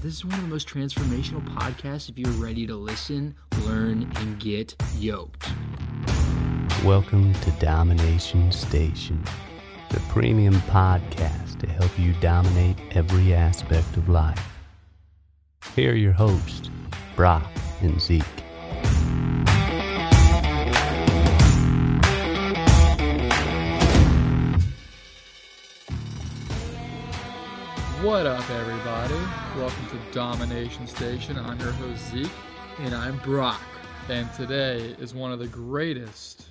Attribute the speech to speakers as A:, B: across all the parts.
A: This is one of the most transformational podcasts if you're ready to listen, learn, and get yoked.
B: Welcome to Domination Station, the premium podcast to help you dominate every aspect of life. Here are your hosts, Brock and Zeke.
C: What up, everybody? Welcome to Domination Station. I'm your host, Zeke,
A: And I'm Brock.
C: and today is one of the greatest,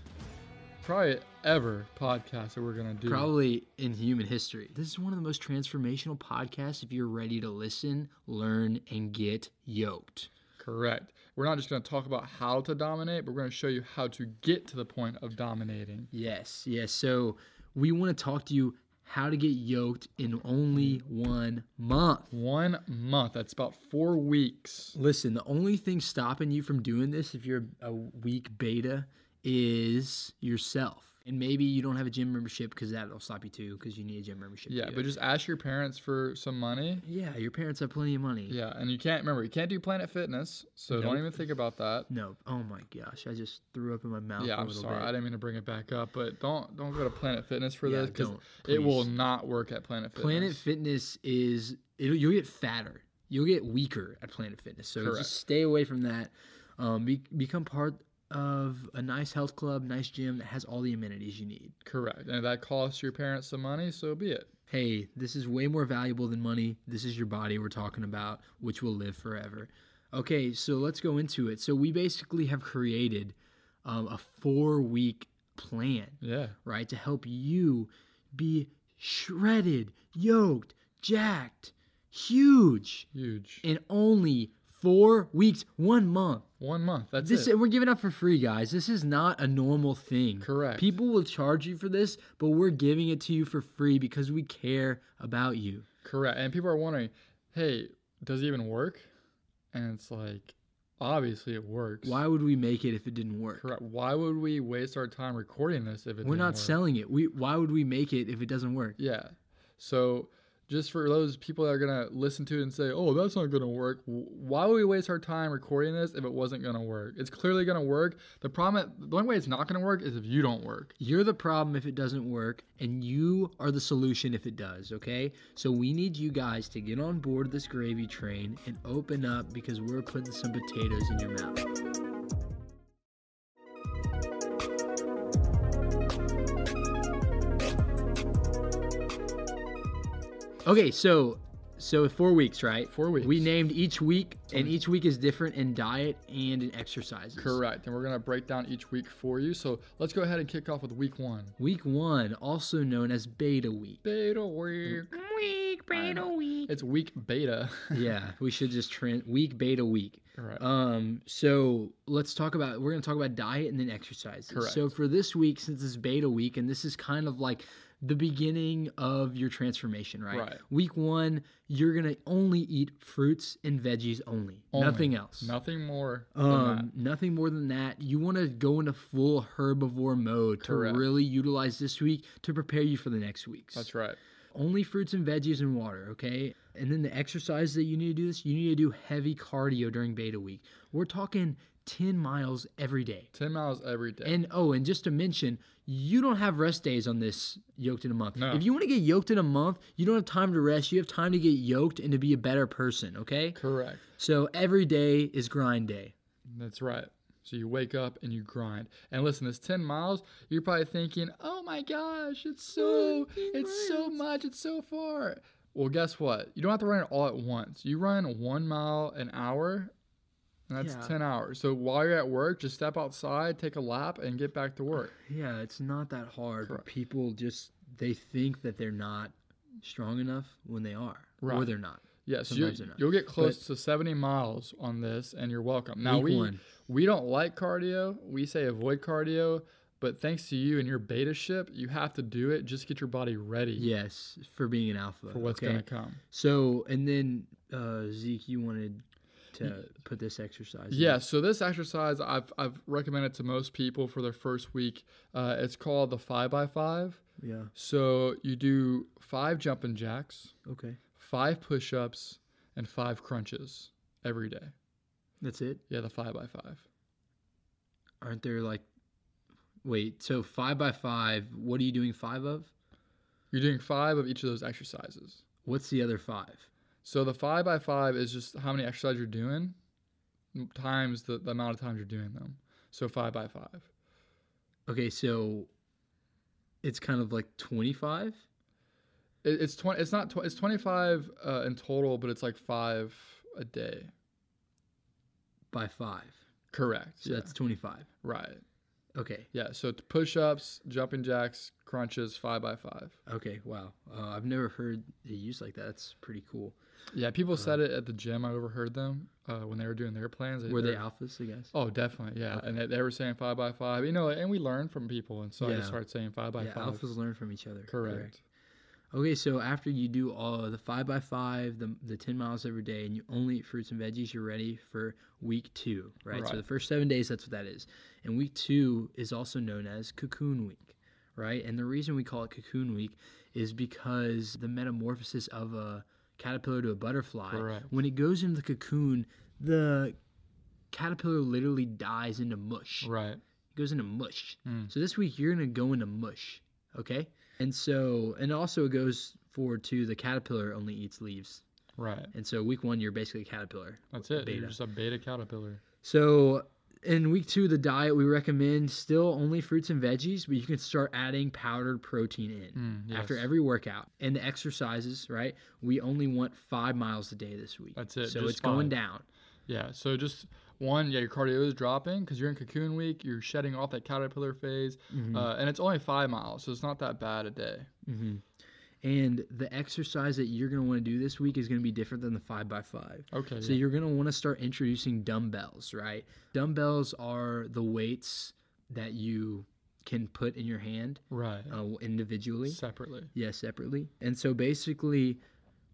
C: probably ever, podcasts that we're going to do.
A: Probably in human history. This is one of the most transformational podcasts if you're ready to listen, learn, and get yoked.
C: Correct. We're not just going to talk about how to dominate, but we're going to show you how to get to the point of dominating.
A: Yes, yes. So we want to talk to you how to get yoked in only one month.
C: One month, that's about four weeks.
A: Listen, the only thing stopping you from doing this if you're a weak beta is yourself. And maybe you don't have a gym membership because that'll stop you too because you need a gym membership. to
C: Yeah,
A: do
C: but
A: it.
C: just ask your parents for some money.
A: yeah, your parents have plenty of money.
C: Yeah, and you can't remember, you can't do Planet Fitness, so
A: Nope.
C: don't even think about that.
A: No, oh my gosh, I just threw up in my mouth.
C: Yeah,
A: a
C: I'm
A: little
C: sorry.
A: bit.
C: I didn't mean to bring it back up, but don't don't go to Planet Fitness for
A: Yeah,
C: this because
A: don't,
C: it will
A: please.
C: not work at Planet Fitness.
A: Planet Fitness is it'll, you'll get fatter, you'll get weaker at Planet Fitness. So
C: Correct.
A: just stay away from that. Um, be, become part of a nice health club, nice gym that has all the amenities you need.
C: Correct, and if that costs your parents some money, so be it.
A: hey, this is way more valuable than money. This is your body we're talking about, which will live forever. Okay, so let's go into it. So we basically have created um, a four week plan,
C: Yeah,
A: right, to help you be shredded, yoked, jacked, huge
C: huge.
A: in only four weeks, one month.
C: One month. That's
A: This
C: it.
A: we're giving up for free, guys. This is not a normal thing.
C: Correct.
A: People will charge you for this, but we're giving it to you for free because we care about you.
C: Correct, and people are wondering, hey, does it even work? And it's like, obviously it works.
A: Why would we make it if it didn't work?
C: Correct. Why would we waste our time recording this if it?
A: We're
C: didn't
A: not
C: work?
A: selling it. We why would we make it if it doesn't work?
C: Yeah. So just for those people that are gonna listen to it and say, "Oh, that's not gonna work," w- why would we waste our time recording this if it wasn't gonna work? It's clearly gonna work. The problem, the only way it's not gonna work is if you don't work.
A: You're the problem if it doesn't work, and you are the solution if it does, okay? So we need you guys to get on board this gravy train and open up because we're putting some potatoes in your mouth. Okay, so so four weeks, right?
C: Four weeks. Mm.
A: We named each week, and each week is different in diet and in exercises.
C: Correct. And we're gonna break down each week for you. So let's go ahead and kick off with week one.
A: Week one, also known as beta week.
C: Beta week. Week beta week. It's week beta.
A: yeah, we should just trans week beta week.
C: Right.
A: Um, so let's talk about we're gonna talk about diet and then exercise.
C: Correct.
A: So for this week, since it's beta week, and this is kind of like the beginning of your transformation, right?
C: Right.
A: Week one, you're gonna only eat fruits and veggies only,
C: Only.
A: nothing else.
C: Nothing more. than that.
A: Um, nothing more than that. You want to go into full herbivore mode to
C: Correct.
A: really utilize this week to prepare you for the next weeks.
C: That's right.
A: Only fruits and veggies and water, okay? And then the exercise that you need to do this, you need to do heavy cardio during beta week. We're talking 10 miles every day.
C: Ten miles every day.
A: And oh, and just to mention, you don't have rest days on this yoked in a month.
C: No.
A: If you want to get yoked in a month, you don't have time to rest. You have time to get yoked and to be a better person, okay?
C: Correct.
A: So every day is grind day.
C: That's right. So you wake up and you grind. And listen, this 10 miles, you're probably thinking, "Oh my gosh, it's so it's so much, it's so far." Well, guess what? You don't have to run it all at once. You run 1 mile an hour. And that's
A: Yeah.
C: 10 hours. So while you're at work, just step outside, take a lap and get back to work.
A: Yeah, it's not that hard. But
C: Correct.
A: people just they think that they're not strong enough when they are. Or
C: Right.
A: they're not.
C: Yes, you,
A: Sometimes they're not.
C: you'll get close to 70 miles on this and you're welcome. Now
A: Week
C: we
A: one.
C: we don't like cardio. We say avoid cardio, but thanks to you and your beta ship, you have to do it. Just get your body ready.
A: Yes, for being an alpha.
C: for what's
A: okay?
C: going to come.
A: So, and then uh, Zeke, you wanted to put this exercise. in.
C: Yeah, so this exercise I've, I've recommended to most people for their first week. Uh, it's called the 5 by 5
A: Yeah.
C: So you do five jumping jacks,
A: Okay.
C: five push ups, and five crunches every day.
A: That's it.
C: Yeah, the five by five.
A: Aren't there like, wait, so five by five, what are you doing five of?
C: You're doing five of each of those exercises.
A: What's the other five?
C: So the five by five is just how many exercises you're doing m- times the, the amount of times you're doing them. So five by five.
A: Okay, so it's kind of like 25?
C: It, it's twenty. It's not. Tw- it's twenty five uh, in total, but it's like five a day.
A: by five.
C: Correct.
A: So that's 25.
C: right.
A: Okay.
C: Yeah. So push ups, jumping jacks, crunches, five by five.
A: Okay. Wow. Uh, I've never heard it used like that. That's pretty cool.
C: Yeah, people said it at the gym. I overheard them uh, when they were doing their plans.
A: Were they
C: they're-
A: alphas, I guess?
C: Oh, definitely. Yeah, and they, they were saying five by five. You know, and we learn from people, and so I
A: Yeah.
C: just started saying five by
A: yeah,
C: five.
A: alphas learn from each other.
C: Correct.
A: Okay, so after you do all the five by five, the, the 10 miles every day, and you only eat fruits and veggies, you're ready for week two, right? So
C: Right.
A: the first seven days, that's what that is. And week two is also known as cocoon week, right? And the reason we call it cocoon week is because the metamorphosis of a caterpillar to a butterfly,
C: Correct.
A: when it goes into the cocoon, the caterpillar literally dies into mush.
C: Right.
A: It goes into mush.
C: Mm.
A: So this week you're gonna go into mush, okay? And so, and also it goes forward to the caterpillar only eats leaves.
C: Right.
A: And so week one you're basically a caterpillar.
C: That's it.
A: Beta.
C: You're just a beta caterpillar.
A: So in week two, the diet we recommend still only fruits and veggies, but you can start adding powdered protein in.
C: Mm,
A: After
C: yes.
A: every workout and the exercises, right? We only want five miles a day this week.
C: That's it,
A: So
C: just
A: it's going
C: five.
A: down.
C: Yeah. So just one, yeah, your cardio is dropping because you're in cocoon week. You're shedding off that caterpillar phase,
A: Mm-hmm.
C: uh, and it's only five miles, so it's not that bad a day.
A: hmm And the exercise that you're going to want to do this week is going to be different than the five by five.
C: Okay.
A: So
C: yeah.
A: you're gonna want to start introducing dumbbells, right? Dumbbells are the weights that you can put in your hand
C: right.
A: uh, individually,
C: Separately.
A: yeah, separately. And so basically,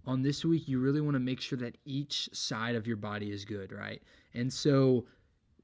A: on this week, you really want to make sure that each side of your body is good, right? And so,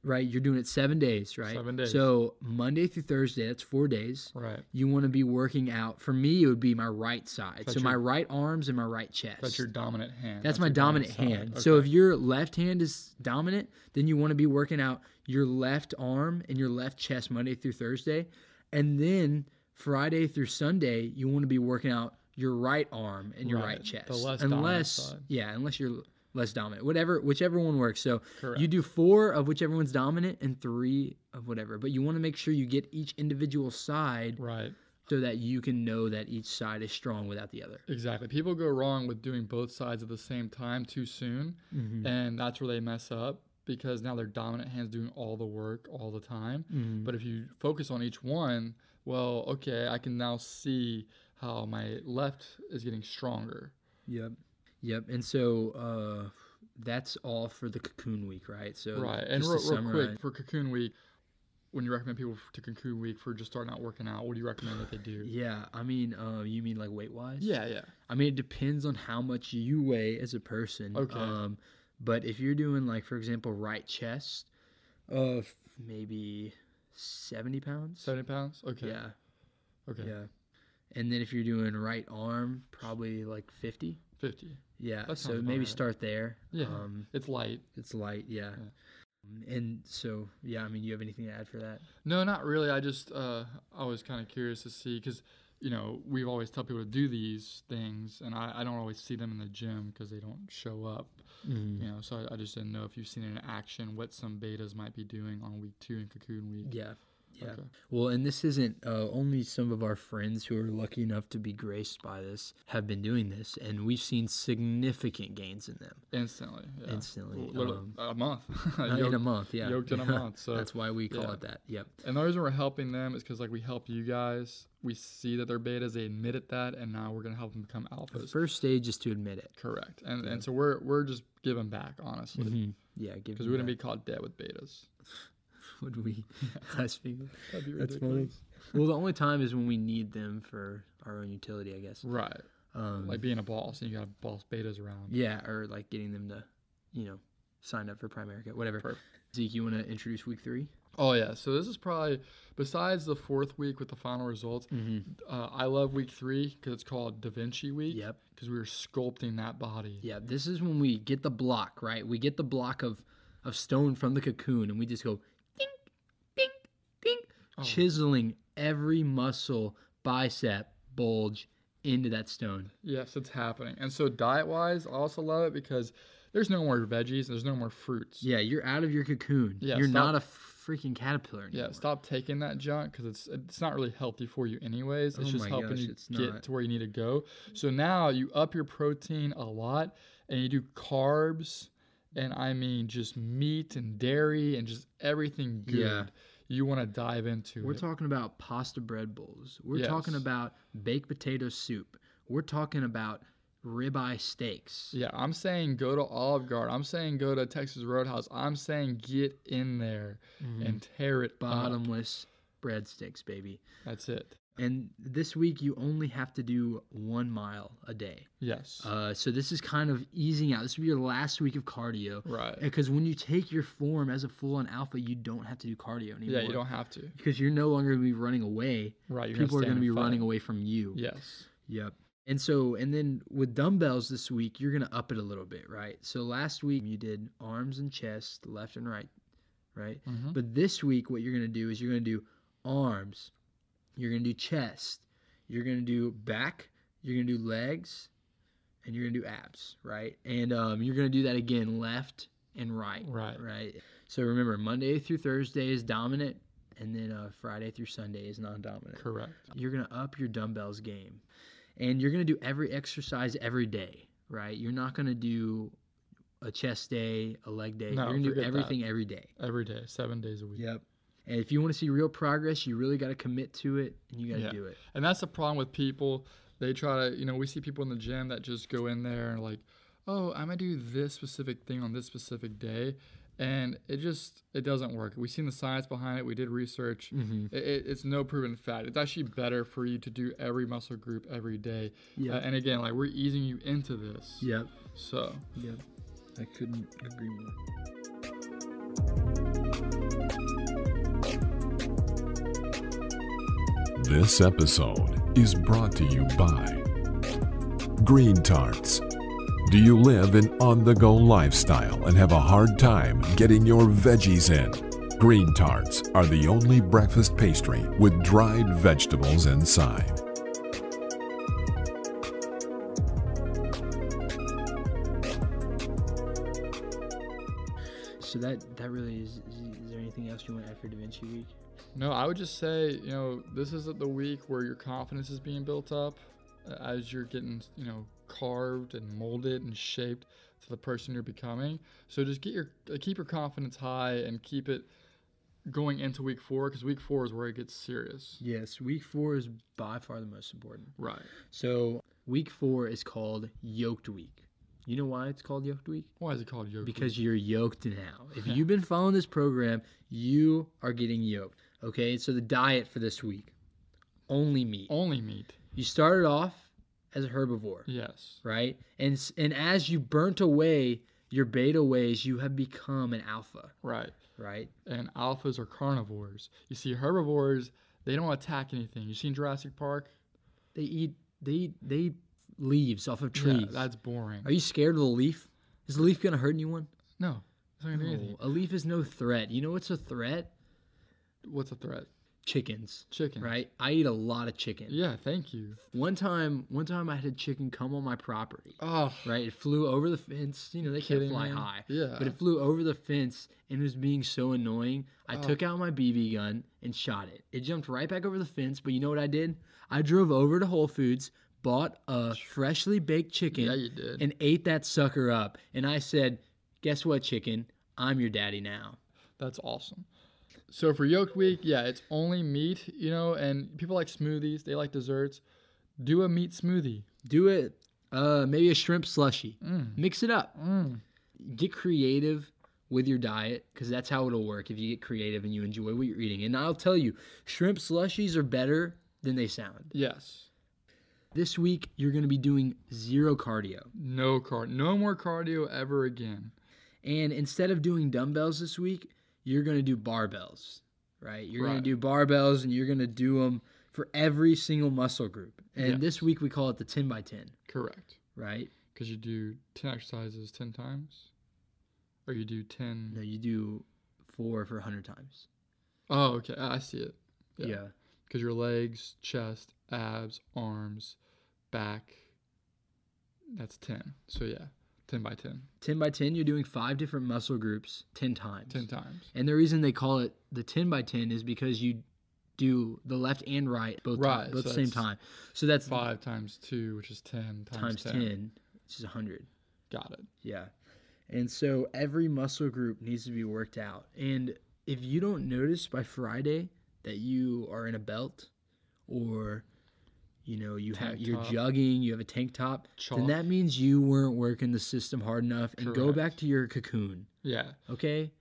A: right, you're doing it seven days, right?
C: Seven days.
A: So Monday through Thursday, that's four days.
C: Right.
A: You want to be working out. For me, it would be my right side,
C: That's
A: so my
C: your-
A: right arms and my right chest.
C: That's your dominant hand.
A: That's, my
C: your
A: dominant
C: side.
A: hand. So if
C: Okay.
A: your left hand is dominant, then you want to be working out your left arm and your left chest Monday through Thursday. And then Friday through Sunday, you want to be working out your right arm and your right,
C: Right, the
A: chest.
C: less dominant
A: unless
C: side.
A: yeah, unless you're less dominant. Whatever whichever one works. So you
C: Correct.
A: do 4 of whichever one's dominant and 3 of whatever. But you want to make sure you get each individual side
C: right.
A: so that you can know that each side is strong without the other.
C: Exactly. People go wrong with doing both sides at the same time too soon,
A: Mm-hmm.
C: and that's where they mess up because now their dominant hand's doing all the work all the time.
A: Mm-hmm.
C: But if you focus on each one, well, okay, I can now see how my left is getting stronger.
A: Yep. Yep. And so uh, that's all for the cocoon week, right? So
C: Right. And
A: just
C: real,
A: to
C: real
A: summarize-
C: quick for cocoon week, when you recommend people to cocoon week for just starting out working out, what do you recommend that they do?
A: Yeah, I mean, uh, you mean like weight wise?
C: Yeah, yeah.
A: I mean, it depends on how much you weigh as a person.
C: Okay.
A: Um, but if you're doing like, for example, right chest of maybe seventy pounds.
C: Seventy pounds. Okay.
A: Yeah.
C: Okay.
A: Yeah. And then if you're doing right arm, probably like fifty.
C: Fifty.
A: Yeah.
C: That
A: so
C: sounds about
A: maybe
C: right.
A: start there.
C: Yeah.
A: Um,
C: It's light.
A: it's light. Yeah. And so, yeah, I mean, you have anything to add for that?
C: No, not really. I just uh, I was kind of curious to see because you know we've always tell people to do these things, and I, I don't always see them in the gym because they don't show up. You know, so I, I just didn't know if you've seen it in action what some betas might be doing on week two and cocoon week.
A: Yeah. Yeah.
C: Okay.
A: Well, and this isn't uh, only some of our friends who are lucky enough to be graced by this have been doing this, and we've seen significant gains in them
C: Instantly. Yeah.
A: Instantly,
C: Well, literally
A: um,
C: a month.
A: Uh, in
C: Yoked-
A: a month. Yeah,
C: yoked in a month, so,
A: that's why we call
C: yeah.
A: it that. Yep.
C: And the reason we're helping them is because like we help you guys. We see that they're betas. They admitted that, and now we're gonna help them become
A: The
C: alphas.
A: first stage is to admit it.
C: Correct. And and so we're we're just giving back honestly.
A: Mm-hmm. Yeah, give
C: Because
A: them
C: we wouldn't
A: that.
C: be caught dead with betas.
A: would we? Us people.
C: That'd be
A: That's funny. Well, the only time is when we need them for our own utility, I guess.
C: Right.
A: Um,
C: Like being a boss and you got boss betas around.
A: yeah, or like getting them to, you know, sign up for Primerica, whatever.
C: Perfect.
A: Zeke, you want to introduce week three?
C: Oh yeah, so this is probably besides the fourth week with the final results.
A: Mm-hmm.
C: Uh, I love week three because it's called Da Vinci week.
A: Yep.
C: Because we were sculpting that body.
A: Yeah, this is when we get the block, right? We get the block of of stone from the cocoon and we just go dink, dink, dink,
C: Oh.
A: chiseling every muscle, bicep, bulge into that stone.
C: Yes, it's happening. And so diet wise, I also love it because there's no more veggies. There's no more fruits.
A: Yeah, you're out of your cocoon.
C: Yeah,
A: you're
C: stop-
A: not a freaking caterpillar anymore.
C: Yeah, stop taking that junk because it's it's not really healthy for you anyways. It's
A: Oh
C: just
A: my
C: helping
A: gosh,
C: you
A: it's
C: get
A: not.
C: to where you need to go. So now you up your protein a lot and you do carbs and I mean just meat and dairy and just everything good.
A: Yeah.
C: You want to dive into
A: We're
C: it.
A: talking about pasta bread bowls. We're talking
C: Yes.
A: about baked potato soup. We're talking about ribeye steaks.
C: yeah, I'm saying go to Olive Garden. I'm saying go to Texas Roadhouse. I'm saying get in there
A: Mm-hmm.
C: and tear it up.
A: Bottomless breadsticks, baby.
C: That's it.
A: And this week, you only have to do one mile a day.
C: Yes.
A: Uh, so this is kind of easing out. This will be your last week of cardio.
C: right.
A: Because when you take your form as a full on alpha, you don't have to do cardio anymore.
C: Yeah, you don't have to.
A: Because you're no longer going to be running away.
C: Right. you're
A: People are
C: stand
A: going to be
C: and fight.
A: running away from you.
C: Yes.
A: Yep. And so, and then with dumbbells this week, you're going to up it a little bit, right? So last week you did arms and chest, left and right, right?
C: Mhm.
A: But this week, what you're going to do is you're going to do arms, you're going to do chest, you're going to do back, you're going to do legs, and you're going to do abs, right? And um, you're going to do that again, left and right,
C: Right.
A: right? So remember, Monday through Thursday is dominant, and then uh, Friday through Sunday is non dominant
C: Correct.
A: you're going to up your dumbbells game and you're going to do every exercise every day right you're not going to do a chest day a leg day
C: No,
A: you're going to do
C: forget that.
A: everything every day
C: Every day, seven days a week.
A: yep and if you want to see real progress you really got to commit to it and you got to
C: Yeah.
A: do it
C: And that's the problem with people. They try to, you know, we see people in the gym that just go in there and like, oh, I'm gonna do this specific thing on this specific day, and it just it doesn't work. We've seen the science behind it. We did research. It, it, it's no proven fact. It's actually better for you to do every muscle group every day.
A: Yeah.
C: Uh, and again, like we're easing you into this.
A: yep
C: So
A: yep i couldn't agree more
D: This episode is brought to you by Green Tarts. Do you live an on the go lifestyle and have a hard time getting your veggies in? Green Tarts are the only breakfast pastry with dried vegetables inside.
A: so that that really is is, is there anything else you want to add for da vinci week
C: No, I would just say, you know, this is the week where your confidence is being built up uh, as you're getting, you know, carved and molded and shaped to the person you're becoming. So just get your uh, keep your confidence high and keep it going into week 4 cuz week 4 is where it gets serious.
A: yes week four is by far the most important
C: Right.
A: so week four is called yoked week you know why it's called yoked week
C: Why is it called yoga?
A: because you're yoked now. If you've been following this program, you are getting yoked. Okay, so the diet for this week only meat.
C: only meat.
A: You started off as a herbivore,
C: Yes.
A: right? And s- and as you burnt away your beta ways, you have become an alpha,
C: Right.
A: right?
C: And alphas are carnivores. You see herbivores, they don't attack anything. You seen Jurassic Park?
A: They eat they eat, they eat leaves off of
C: Yeah,
A: trees.
C: that's boring.
A: are you scared of the leaf? Is the leaf gonna hurt anyone?
C: no. It's not gonna do anything.
A: No, a leaf is no threat. You know what's a threat?
C: What's a threat?
A: Chickens,
C: Chicken.
A: right? I eat a lot of chicken.
C: Yeah, thank you.
A: One time, one time I had a chicken come on my property.
C: Oh,
A: Right, it flew over the fence. You know they can't
C: kidding
A: fly
C: me?
A: high.
C: Yeah.
A: but it flew over the fence and it was being so annoying. I
C: Oh.
A: took out my BB gun and shot it. It jumped right back over the fence. But you know what I did? I drove over to Whole Foods, bought a freshly baked chicken,
C: Yeah, you did.
A: and ate that sucker up. And I said, "Guess what, chicken? I'm your daddy now."
C: that's awesome. So for yolk week, yeah, it's only meat, you know, and people like smoothies, they like desserts. Do a meat smoothie.
A: Do it. Uh, maybe a shrimp slushy. Mix it up. Get creative with your diet because that's how it'll work if you get creative and you enjoy what you're eating. And I'll tell you, shrimp slushies are better than they sound.
C: Yes.
A: This week, you're going to be doing zero cardio.
C: No card. No more cardio ever again.
A: And instead of doing dumbbells this week, you're going to do barbells. right? You're going
C: Right.
A: to do barbells and you're going to do them for every single muscle group. And
C: Yes.
A: this week we call it the 10 by 10,
C: Correct.
A: right?
C: Because you do 10 exercises 10 times? Or you do 10.
A: No, you do four for 100 times.
C: Oh, okay. I I see it.
A: Yeah.
C: Because your legs, chest, abs, arms, back. That's 10. So, yeah, 10 by 10.
A: 10 by 10, you're doing five different muscle groups 10 times.
C: 10 times.
A: And the reason they call it the 10 by 10 is because you do the left and right both,
C: Right,
A: time, both
C: so
A: same
C: that's
A: time. So that's
C: 5 times 2, which is 10
A: times
C: times,
A: 10,
C: 10.
A: which is 100.
C: Got it.
A: Yeah. And so every muscle group needs to be worked out. And if you don't notice by Friday that you are in a belt or you know, you have
C: Tank
A: you're
C: top.
A: jogging, you have a tank top, then
C: Chalk.
A: that means you weren't working the system hard enough and go back
C: Correct.
A: to your cocoon,
C: Yeah.
A: okay?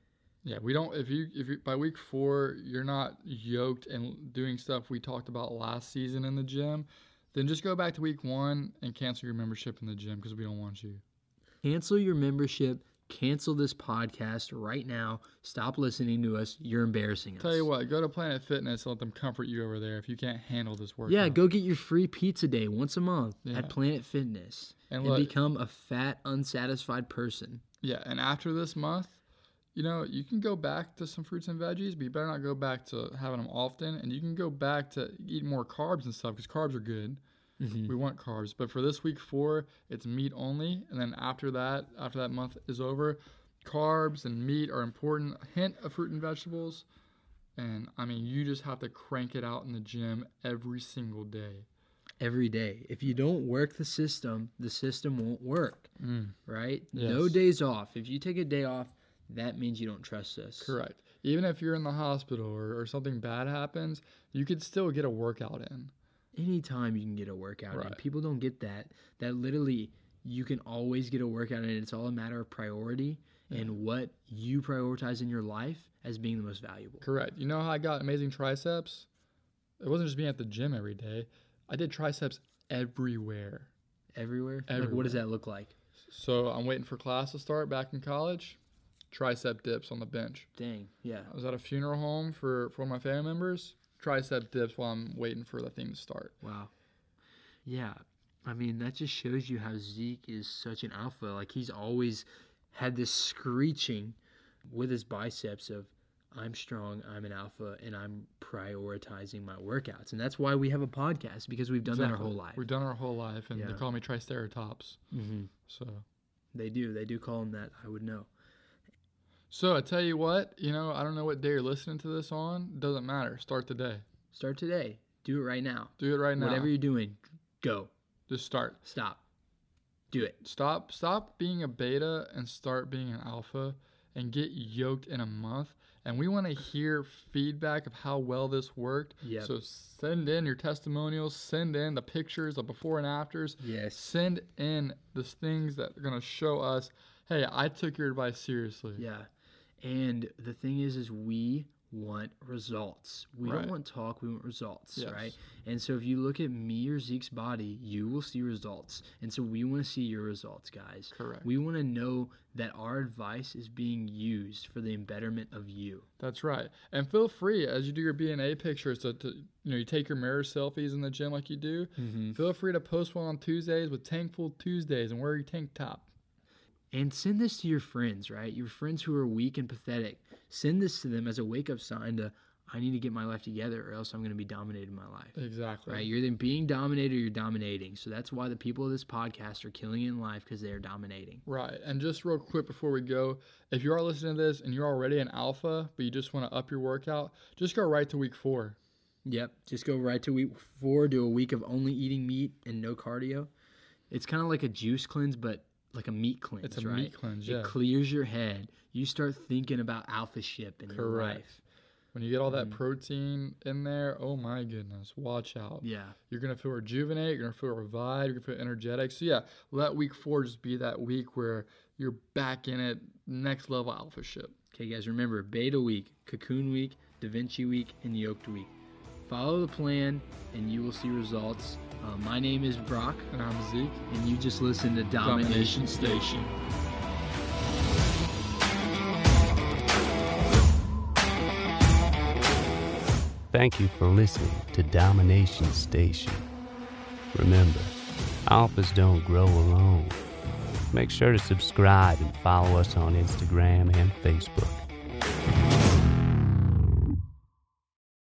C: Yeah, we don't. If you if you, by week four you're not yoked and doing stuff we talked about last season in the gym, then just go back to week one and cancel your membership in the gym because we don't want you.
A: Cancel your membership, cancel this podcast right now. Stop listening to us. You're embarrassing us.
C: Tell you what, go to Planet Fitness and let them comfort you over there if you can't handle this workout.
A: Yeah, go get your free pizza day once a month
C: Yeah.
A: at Planet Fitness
C: And
A: and,
C: look-
A: become a fat, unsatisfied person.
C: Yeah, and after this month, you know you can go back to some fruits and veggies, but you better not go back to having them often. And you can go back to eating more carbs and stuff because carbs are good. We want carbs, but for this week four, it's meat only. And then after that, after that month is over, carbs and meat are important. Hint of fruit and vegetables. And I mean, you just have to crank it out in the gym every single day.
A: Every day. If you don't work the system, the system won't work,
C: Mm,
A: right? No
C: Yes.
A: days off. If you take a day off, that means you don't trust us.
C: Correct. Even if you're in the hospital or, or something bad happens, you could still get a workout in.
A: Anytime you can get a workout in.
C: Right.
A: People don't get that. That literally, you can always get a workout in. It's all a matter of priority and what you prioritize in your life as being the most valuable.
C: Correct. You know how I got amazing triceps? It wasn't just being at the gym every day. I did triceps everywhere.
A: Everywhere. Like, what does
C: Everywhere.
A: that look like?
C: So I'm waiting for class to start back in college. Tricep dips on the bench.
A: Dang. Yeah.
C: I was at a funeral home for, for one of my family members. Tricep dips while I'm waiting for the thing to start.
A: Wow. Yeah. I mean, that just shows you how Zeke is such an alpha. Like, he's always had this screeching with his biceps of, I'm strong, I'm an alpha, and I'm prioritizing my workouts. And that's why we have a podcast because we've done that our
C: Exactly.
A: whole life.
C: We've done our whole life, and they
A: Yeah.
C: call me Triceratops.
A: hmm
C: So,
A: They do. They do call him that. I would know.
C: so I tell you what, you know, I don't know what day you're listening to this on. Doesn't matter. Start the day.
A: Start today. Do it right now.
C: Do it right now.
A: Whatever you're doing, go.
C: Just start.
A: Stop. Do it.
C: Stop stop being a beta and start being an alpha and get yoked in a month. And we want to hear feedback of how well this worked.
A: Yep.
C: So send in your testimonials, send in the pictures, the before and afters.
A: Yes.
C: Send in the things that are gonna show us, hey, I took your advice seriously.
A: Yeah. And the thing is is we want results. We
C: Right.
A: don't want talk, we want results,
C: Yes.
A: right? And so if you look at me or Zeke's body, you will see results. And so we want to see your results, guys.
C: Correct.
A: We want to know that our advice is being used for the betterment of you.
C: That's right. And feel free as you do your BNA pictures to, to you know, you take your mirror selfies in the gym like you do.
A: Mm.
C: Feel free to post one on Tuesdays with Tankful Tuesdays and wear your tank top.
A: And send this to your friends, right? Your friends who are weak and pathetic. Send this to them as a wake up sign to I need to get my life together or else I'm going to be dominated in my life.
C: Exactly.
A: Right, you're either being dominated or you're dominating. So that's why the people of this podcast are killing it in life because they are dominating.
C: Right. And just real quick before we go, if you are listening to this and you're already an alpha, but you just want to up your workout, just go right to week four.
A: Yep. Just go right to week four, do a week of only eating meat and no cardio. It's kind of like a juice cleanse, but like a meat cleanse.
C: It's a meat
A: right?
C: cleanse, yeah.
A: It clears your head. You start thinking about alpha ship in your
C: Correct.
A: life.
C: When you get all that protein in there, oh my goodness, watch out.
A: Yeah.
C: You're going to feel rejuvenate, you're going to feel revived, you're going to feel energetic. So, yeah, let week four just be that week where you're back in it, next level alpha ship.
A: Okay, guys, remember Beta Week, Cocoon Week, Da Vinci Week, and Yoked Week. Follow the plan, and you will see results. Uh, my name is Brock,
C: And I'm Zeke.
A: and you just listen to Domination, Station.
B: Thank you for listening to Domination Station. Remember, alphas don't grow alone. Make sure to subscribe and follow us on Instagram and Facebook.